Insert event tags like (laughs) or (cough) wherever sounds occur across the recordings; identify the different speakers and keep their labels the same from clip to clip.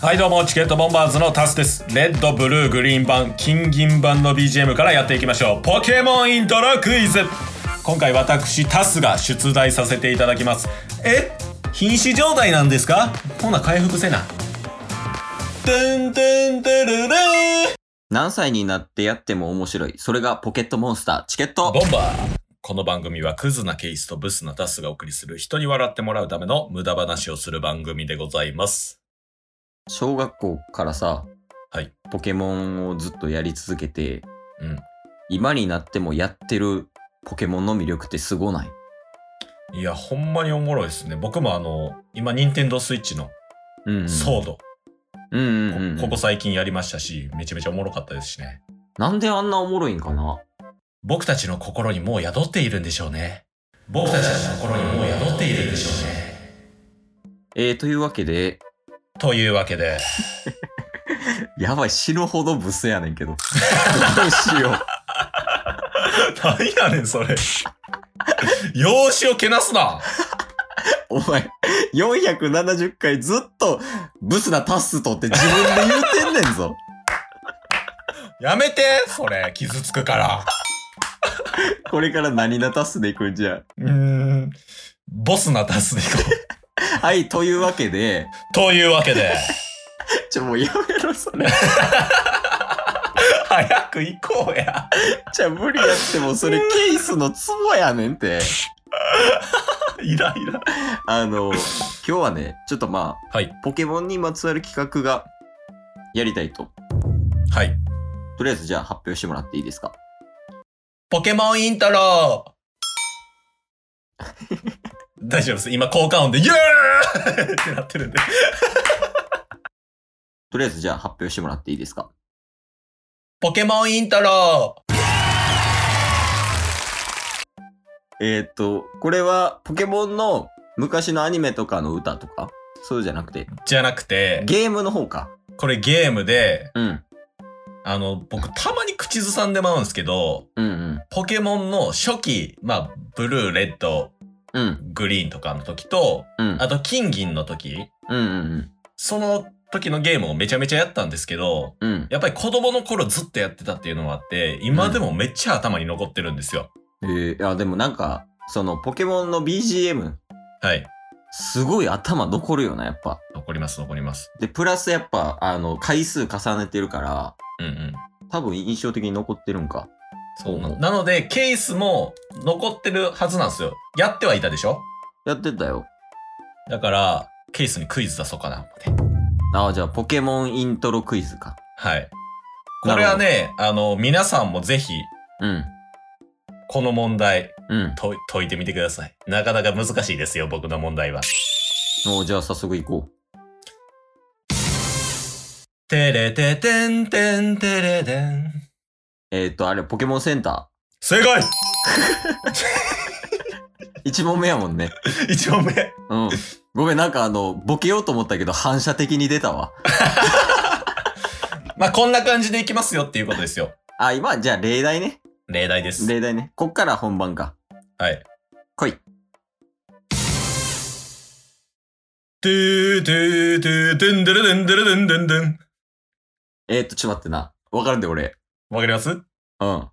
Speaker 1: はいどうもチケットボンバーズのタスですレッドブルーグリーン版金銀版の BGM からやっていきましょうポケモンイントロクイズ今回私タスが出題させていただきますえ瀕死状態なんですかほな回復せなトゥントゥントゥルルー
Speaker 2: 何歳になってやっても面白い。それがポケットモンスター、チケット。
Speaker 1: ボンバーこの番組はクズなケイスとブスなタスがお送りする人に笑ってもらうための無駄話をする番組でございます。
Speaker 2: 小学校からさ、
Speaker 1: はい
Speaker 2: ポケモンをずっとやり続けて、
Speaker 1: うん
Speaker 2: 今になってもやってるポケモンの魅力ってすごない。
Speaker 1: いや、ほんまにおもろいですね。僕もあの、今、ニンテンドースイッチの
Speaker 2: うん、うん。
Speaker 1: ソード、
Speaker 2: うんうんうん、
Speaker 1: こここ最近やりましたし、めちゃめちゃおもろかったですしね。
Speaker 2: なんであんなおもろいんかな
Speaker 1: 僕たちの心にもう宿っているんでしょうね。僕たちの心にもう宿っているんでしょうね。
Speaker 2: えー、というわけで、
Speaker 1: というわけで、
Speaker 2: やばい、死ぬほどブスやねんけど。どうしよう。
Speaker 1: (laughs)
Speaker 2: (laughs)
Speaker 1: 何やねん、それ。容姿をけなすな
Speaker 2: お前、470回ずっとブスなタスとって自分で言うてんねんぞ。
Speaker 1: やめてそれ、傷つくから。
Speaker 2: これから何なタスでいくんじゃ。
Speaker 1: うーん、ボスなタスでいこう。
Speaker 2: はい、というわけで、
Speaker 1: というわけで、
Speaker 2: (laughs) ちょ、もうやめろ、それ。
Speaker 1: (laughs) 早く行こうや。 (laughs)
Speaker 2: じゃあ無理やっても、 (laughs) それケースのツボやねんって。
Speaker 1: イライラ。
Speaker 2: あの、今日はね、ちょっとまあ、
Speaker 1: はい
Speaker 2: ポケモンにまつわる企画がやりたいと。
Speaker 1: はい。
Speaker 2: とりあえずじゃあ発表してもらっていいですか。
Speaker 1: ポケモンイント
Speaker 2: (laughs)
Speaker 1: ロ大丈夫です。今、効果音で、イエーイってなってるんで。
Speaker 2: とりあえずじゃあ発表してもらっていいですか。
Speaker 1: ポケモンイントロ
Speaker 2: えー、っと、これはポケモンの昔のアニメとかの歌とか、そうじゃなくて、
Speaker 1: じゃなくて、
Speaker 2: ゲームの方か。
Speaker 1: これゲームで、
Speaker 2: うん。
Speaker 1: あの、僕、たまに口ずさんでまうんですけど、
Speaker 2: うんうん。
Speaker 1: ポケモンの初期、まあ、ブルー、レッド、
Speaker 2: うん。
Speaker 1: グリーンとかの時と、
Speaker 2: うん。
Speaker 1: あと、金銀の時、
Speaker 2: うんうん
Speaker 1: その時のゲームをめちゃめちゃやったんですけど、
Speaker 2: うん。うん。
Speaker 1: やっぱり子供の頃ずっとやってたっていうのもあって、今でもめっちゃ頭に残ってるんですよ。
Speaker 2: えー、いや、でもなんか、そのポケモンの BGM、
Speaker 1: はい。
Speaker 2: すごい頭残るよな、やっぱ。
Speaker 1: 残ります、残ります。
Speaker 2: で、プラスやっぱ、あの、回数重ねてるから、
Speaker 1: うんうん。
Speaker 2: 多分印象的に残ってるんか。
Speaker 1: そうななので、ケースも残ってるはずなんですよ。やってはいたでしょ
Speaker 2: やってたよ。
Speaker 1: だから、ケースにクイズ出そうかな、って。
Speaker 2: ああ、じゃあ、ポケモンイントロクイズか。
Speaker 1: はい。これは
Speaker 2: な
Speaker 1: ね、あの、皆さんもぜひ、
Speaker 2: うん。
Speaker 1: この問題
Speaker 2: うん。
Speaker 1: 解い、解いてみてください。なかなか難しいですよ、僕の問題は。
Speaker 2: もう、じゃあ、早速行こ
Speaker 1: てれててんてんてれてん。
Speaker 2: う。えっ、ー、と、あれ、ポケモンセンタ
Speaker 1: 正解
Speaker 2: ー。一問目やもんね。
Speaker 1: 一問目。
Speaker 2: うん。ごめん、なんかあの、ボケようと思ったけど、反射的に出たわ。
Speaker 1: まあ、こんな感じでいきますよっていうことですよ。
Speaker 2: あ、今、じゃあ、例題ね。
Speaker 1: 例題です。
Speaker 2: 例題ね。こっから本番か。
Speaker 1: はい。
Speaker 2: 来い。
Speaker 1: ドゥドゥドゥドゥンドゥルドゥンドゥルドゥンドゥンドゥン。
Speaker 2: えっ、ー、と、ちょっと待ってな。わかるんで、俺。
Speaker 1: わかります
Speaker 2: うん。マ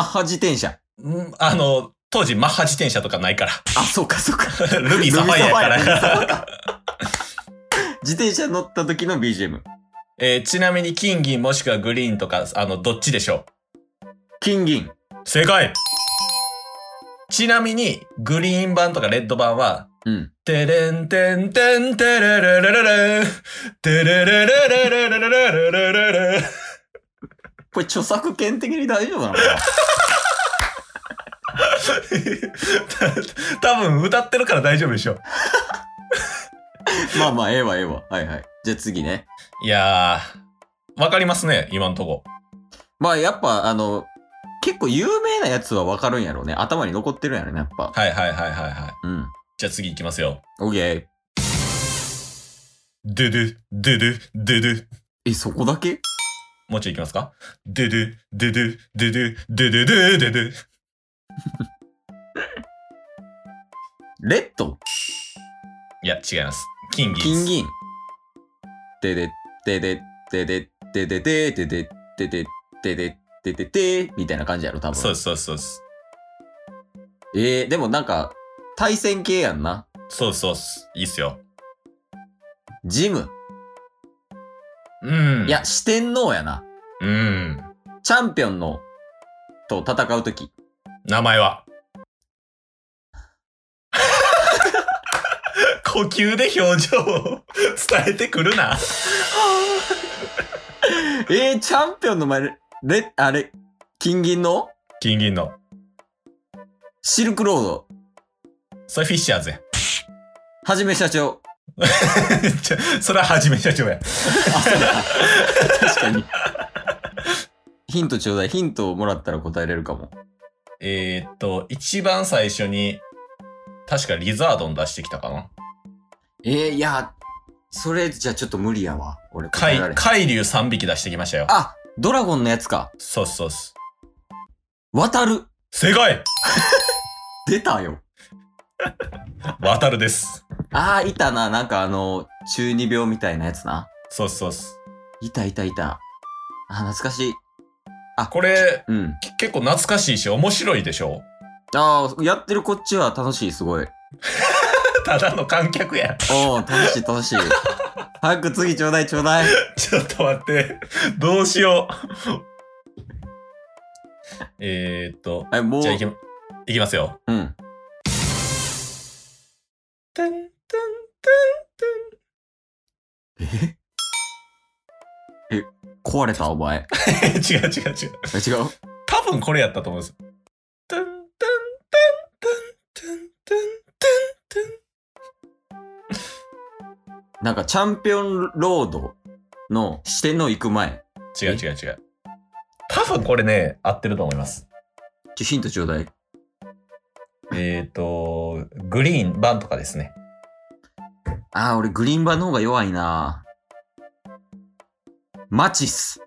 Speaker 2: ッハ自転車。
Speaker 1: うん、あの、当時マッハ自転車とかないから。
Speaker 2: あ、そうか、そうか。
Speaker 1: ルビーサファイアやか
Speaker 2: ルビーサファイアルビーサファイア
Speaker 1: ら。
Speaker 2: 自転車乗った時の BGM。
Speaker 1: えーちなみに金銀もしくはグリーンとか、あの、どっちでしょ
Speaker 2: 金銀。
Speaker 1: う正解ちなみに、グリーン版とかレッド版は、
Speaker 2: うん。
Speaker 1: てれんてんてんてれれれれれん。てれれれれれれれれれれれん。
Speaker 2: これ著作権的に大丈夫なのかな
Speaker 1: た多分歌ってるから大丈夫でしょ。
Speaker 2: まあまあ、ええわ、ええわ。はいはい。じゃあ次ね。
Speaker 1: いやー、わかりますね、今のとこ。
Speaker 2: まあやっぱ、あの、結構有名なやつはわかるんやろうね。頭に残ってるんやろね、やっぱ。
Speaker 1: はいはいはいはいはい。
Speaker 2: うん。
Speaker 1: じゃあ次行きますよ。
Speaker 2: オッケー。
Speaker 1: ドゥドゥ、ドゥドゥ、ドゥドゥ。
Speaker 2: え、そこだけ
Speaker 1: もうちょい行きますかドゥドゥ、ドゥドゥ、ドゥドゥ、ドゥドゥドゥドゥドゥ。
Speaker 2: レッド
Speaker 1: いや、違います。金銀。
Speaker 2: 金銀。てでてでてでてでてでてでてでてでてみたいな感じやろ多分
Speaker 1: そうですそうですそうです
Speaker 2: えー、でもなんか対戦系やんな
Speaker 1: そうですそうですいいっすよ
Speaker 2: ジム
Speaker 1: うん
Speaker 2: いや四天王やな
Speaker 1: うん
Speaker 2: チャンピオンのと戦うとき
Speaker 1: 名前は (laughs) 呼吸で表情を伝えてくるな。
Speaker 2: えー、チャンピオンの前レあれ金銀の
Speaker 1: 金銀の。
Speaker 2: シルクロード
Speaker 1: それフィッシャーズや。 (laughs)
Speaker 2: はじめ社長
Speaker 1: ちょそれははじめ社長や。
Speaker 2: あそうだ確かに (laughs) ヒントちょうだいヒントをもらったら答えれるかも
Speaker 1: えー、っと、一番最初に、確かリザードン出してきたかな。
Speaker 2: えー、いやそれじゃちょっと無理やわ俺答えられへ
Speaker 1: 海海
Speaker 2: ん
Speaker 1: 竜3匹出してきましたよ。
Speaker 2: あドラゴンのやつか
Speaker 1: そうっすそうっす。
Speaker 2: 渡る
Speaker 1: 正解
Speaker 2: 出たよ
Speaker 1: 渡るです。
Speaker 2: あーいたななんかあの中二病みたいなやつな
Speaker 1: そうっすそうっす。
Speaker 2: いたいたいたあー懐かしい
Speaker 1: これ、
Speaker 2: うん
Speaker 1: き結構懐かしいし、面白いでしょ
Speaker 2: ああやってるこっちは楽しいすごい
Speaker 1: (laughs) ただの観客や。 (laughs)
Speaker 2: おお楽しい楽しい (laughs) 早く次ちょうだいちょうだい
Speaker 1: ちょっと待って。どうしよう。えーっと、
Speaker 2: はいもう
Speaker 1: じゃあいき、いきますよ。 (laughs)
Speaker 2: うん
Speaker 1: てんてん
Speaker 2: ええ壊れたお前
Speaker 1: てん違う違う違う。
Speaker 2: え違う (laughs)
Speaker 1: 多分これやったと思うんです。てんてんてんてんてんてんてんてん
Speaker 2: なんかチャンピオンロードの四天王行く前
Speaker 1: 違う違う違う。多分これね、合ってると思います。
Speaker 2: ちょヒントちょうだい
Speaker 1: えーっと、グリーン、バンとかですね。
Speaker 2: あー俺グリーンバーの方が弱いなマチス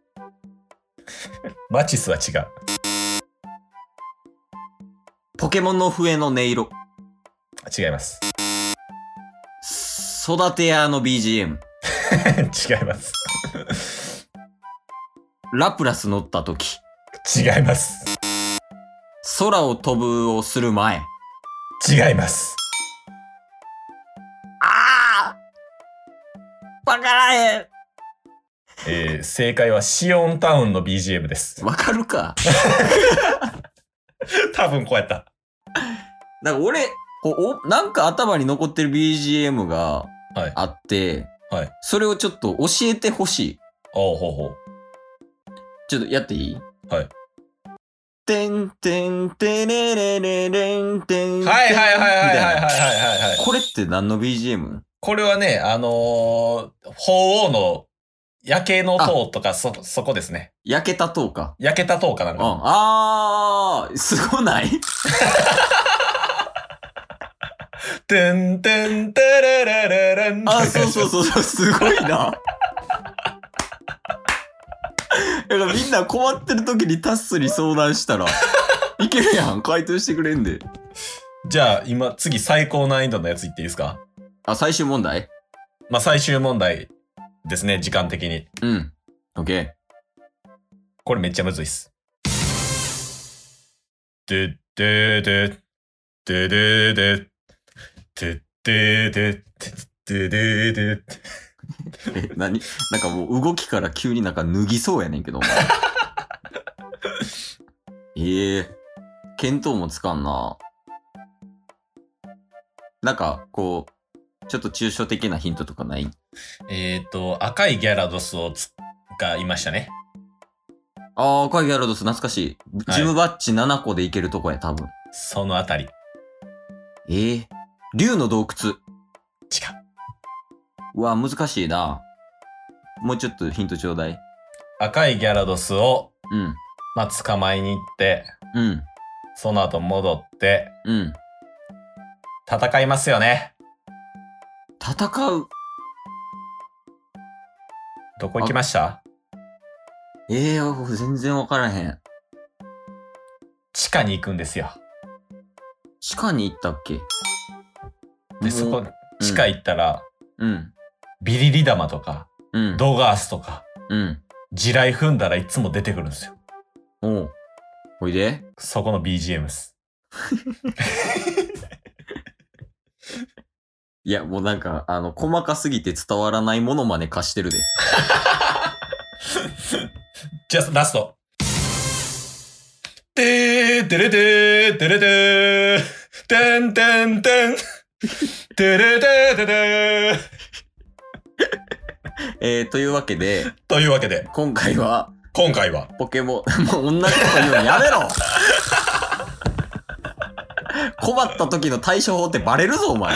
Speaker 1: マチスは違う。
Speaker 2: ポケモンの笛の音色
Speaker 1: 違います。 (laughs)
Speaker 2: 育て屋の
Speaker 1: 違い
Speaker 2: BGM
Speaker 1: ます。
Speaker 2: ラプラス乗った時
Speaker 1: 違います。
Speaker 2: 空を飛ぶをする前
Speaker 1: 違います。
Speaker 2: あーわからへん
Speaker 1: えー正解はシオンタウンの BGM です。
Speaker 2: わかるか
Speaker 1: 多分こうやった。
Speaker 2: なんか俺こうおなんか頭に残ってる BGM が
Speaker 1: はい。
Speaker 2: あって、
Speaker 1: はい
Speaker 2: それをちょっと教えてほしい
Speaker 1: おうほうほう。
Speaker 2: ちょっとやっていい
Speaker 1: はい。
Speaker 2: てんてんてれれれれんてんてん。
Speaker 1: はいはいはいはいはいはい
Speaker 2: みたいな
Speaker 1: はいはい。
Speaker 2: これって何の BGM?
Speaker 1: これはね、あのー、鳳凰の夜景の塔とかそ、そこですね。
Speaker 2: 焼けた塔か。
Speaker 1: 焼けた塔かなん
Speaker 2: うん。
Speaker 1: か。
Speaker 2: あー、すごない
Speaker 1: てんてんてれれれれん。
Speaker 2: あ、そうそうそうそう、すごいな。だからみんな困ってる時にタッスに相談したら、いけるやん、回答してくれんで。
Speaker 1: じゃあ今、次最高難易度のやついっていいですか
Speaker 2: あ、最終問題
Speaker 1: まあ最終問題ですね、時間的に。
Speaker 2: うん。オッケー。
Speaker 1: これめっちゃむずいっす。でででででででででででで
Speaker 2: え、何なんかもう動きから急になんか脱ぎそうやねんけど、お前ええ見当もつかんな。なんか、こう、ちょっと抽象的なヒントとかない
Speaker 1: えっと赤いギャラドスをつがいましたね。
Speaker 2: ああ、赤いギャラドス懐かしい。
Speaker 1: はい
Speaker 2: ジムバッジ7個でいけるとこや、多分。
Speaker 1: そのあたり違う。
Speaker 2: ええ竜の洞窟。うわ、難しいな。もうちょっとヒントちょうだい。
Speaker 1: 赤いギャラドスを
Speaker 2: うん。
Speaker 1: まあ捕まえに行って
Speaker 2: うん。
Speaker 1: その後戻って
Speaker 2: うん。
Speaker 1: 戦いますよね。
Speaker 2: 戦う。
Speaker 1: どこ行きました？
Speaker 2: ええ全然わからへん。
Speaker 1: 地下に行くんですよ。
Speaker 2: 地下に行ったっけ
Speaker 1: でそこ
Speaker 2: もう
Speaker 1: 地下行ったら
Speaker 2: うん。
Speaker 1: ビリリ玉とか
Speaker 2: うん。
Speaker 1: ドガースとか、
Speaker 2: うん。
Speaker 1: 地雷踏んだらいつも出てくるんですよ。
Speaker 2: おう。おいで。
Speaker 1: そこの BGM です。
Speaker 2: いや、もうなんか、あの、細かすぎて伝わらないものまで貸してるで。
Speaker 1: じゃあ、ラスト。てーてれてーてれてーてんてんてんてれてーてれてー
Speaker 2: えー、というわけで、
Speaker 1: というわけで、
Speaker 2: 今回は、
Speaker 1: 今回は、
Speaker 2: ポケモン、 (laughs) もう同じこと言うのやめろ困った時の対処法ってバレるぞ、お前。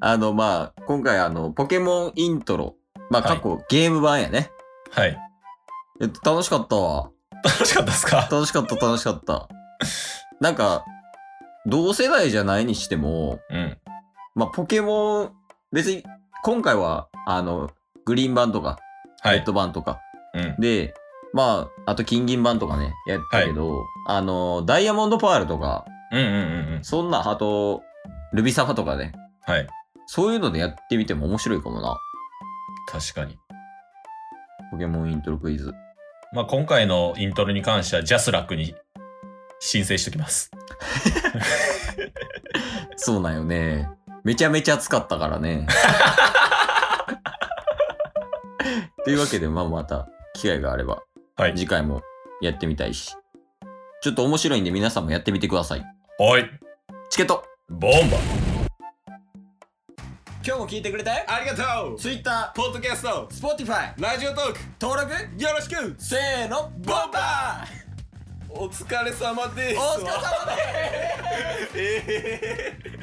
Speaker 2: あの、まあ、今回あの、ポケモンイントロ。まあ、
Speaker 1: はい
Speaker 2: 過去、ゲーム版やね。
Speaker 1: はい。
Speaker 2: えっと楽しかったわ。
Speaker 1: 楽しかったですか
Speaker 2: 楽しかった、楽しかった。なんか、同世代じゃないにしても、
Speaker 1: うん。
Speaker 2: まあ、ポケモン、別に、今回は、あの、グリーン版とか、
Speaker 1: は
Speaker 2: レッ
Speaker 1: い。
Speaker 2: ド版とか、
Speaker 1: うん。
Speaker 2: で、まあ、あと金銀版とかね、やったけど、あの、ダイヤモンドパールとか、
Speaker 1: うんうんうんうん。
Speaker 2: そんな、あと、ルビサファとかね、
Speaker 1: はい。
Speaker 2: そういうのでやってみても面白いかもな。
Speaker 1: 確かに。
Speaker 2: ポケモンイントロクイズ。
Speaker 1: まあ、今回のイントロに関しては、ジャスラックに申請しておきます。
Speaker 2: そうなんよね。めちゃめちゃ暑かったから (laughs) ね。というわけで、まあ、また、機会があれば、
Speaker 1: はい。
Speaker 2: 次回もやってみたいし。ちょっと面白いんで皆さんもやってみてください。
Speaker 1: はい。
Speaker 2: チケット
Speaker 1: ボンバ
Speaker 2: 今日も聞いてくれて
Speaker 1: ありがとう
Speaker 2: Twitter、
Speaker 1: ポッドキャスト、
Speaker 2: Spotify、
Speaker 1: ラジオトーク、
Speaker 2: 登録
Speaker 1: よろしく
Speaker 2: せーのボンバー
Speaker 1: お疲れ様です
Speaker 2: お疲れ様です
Speaker 1: えー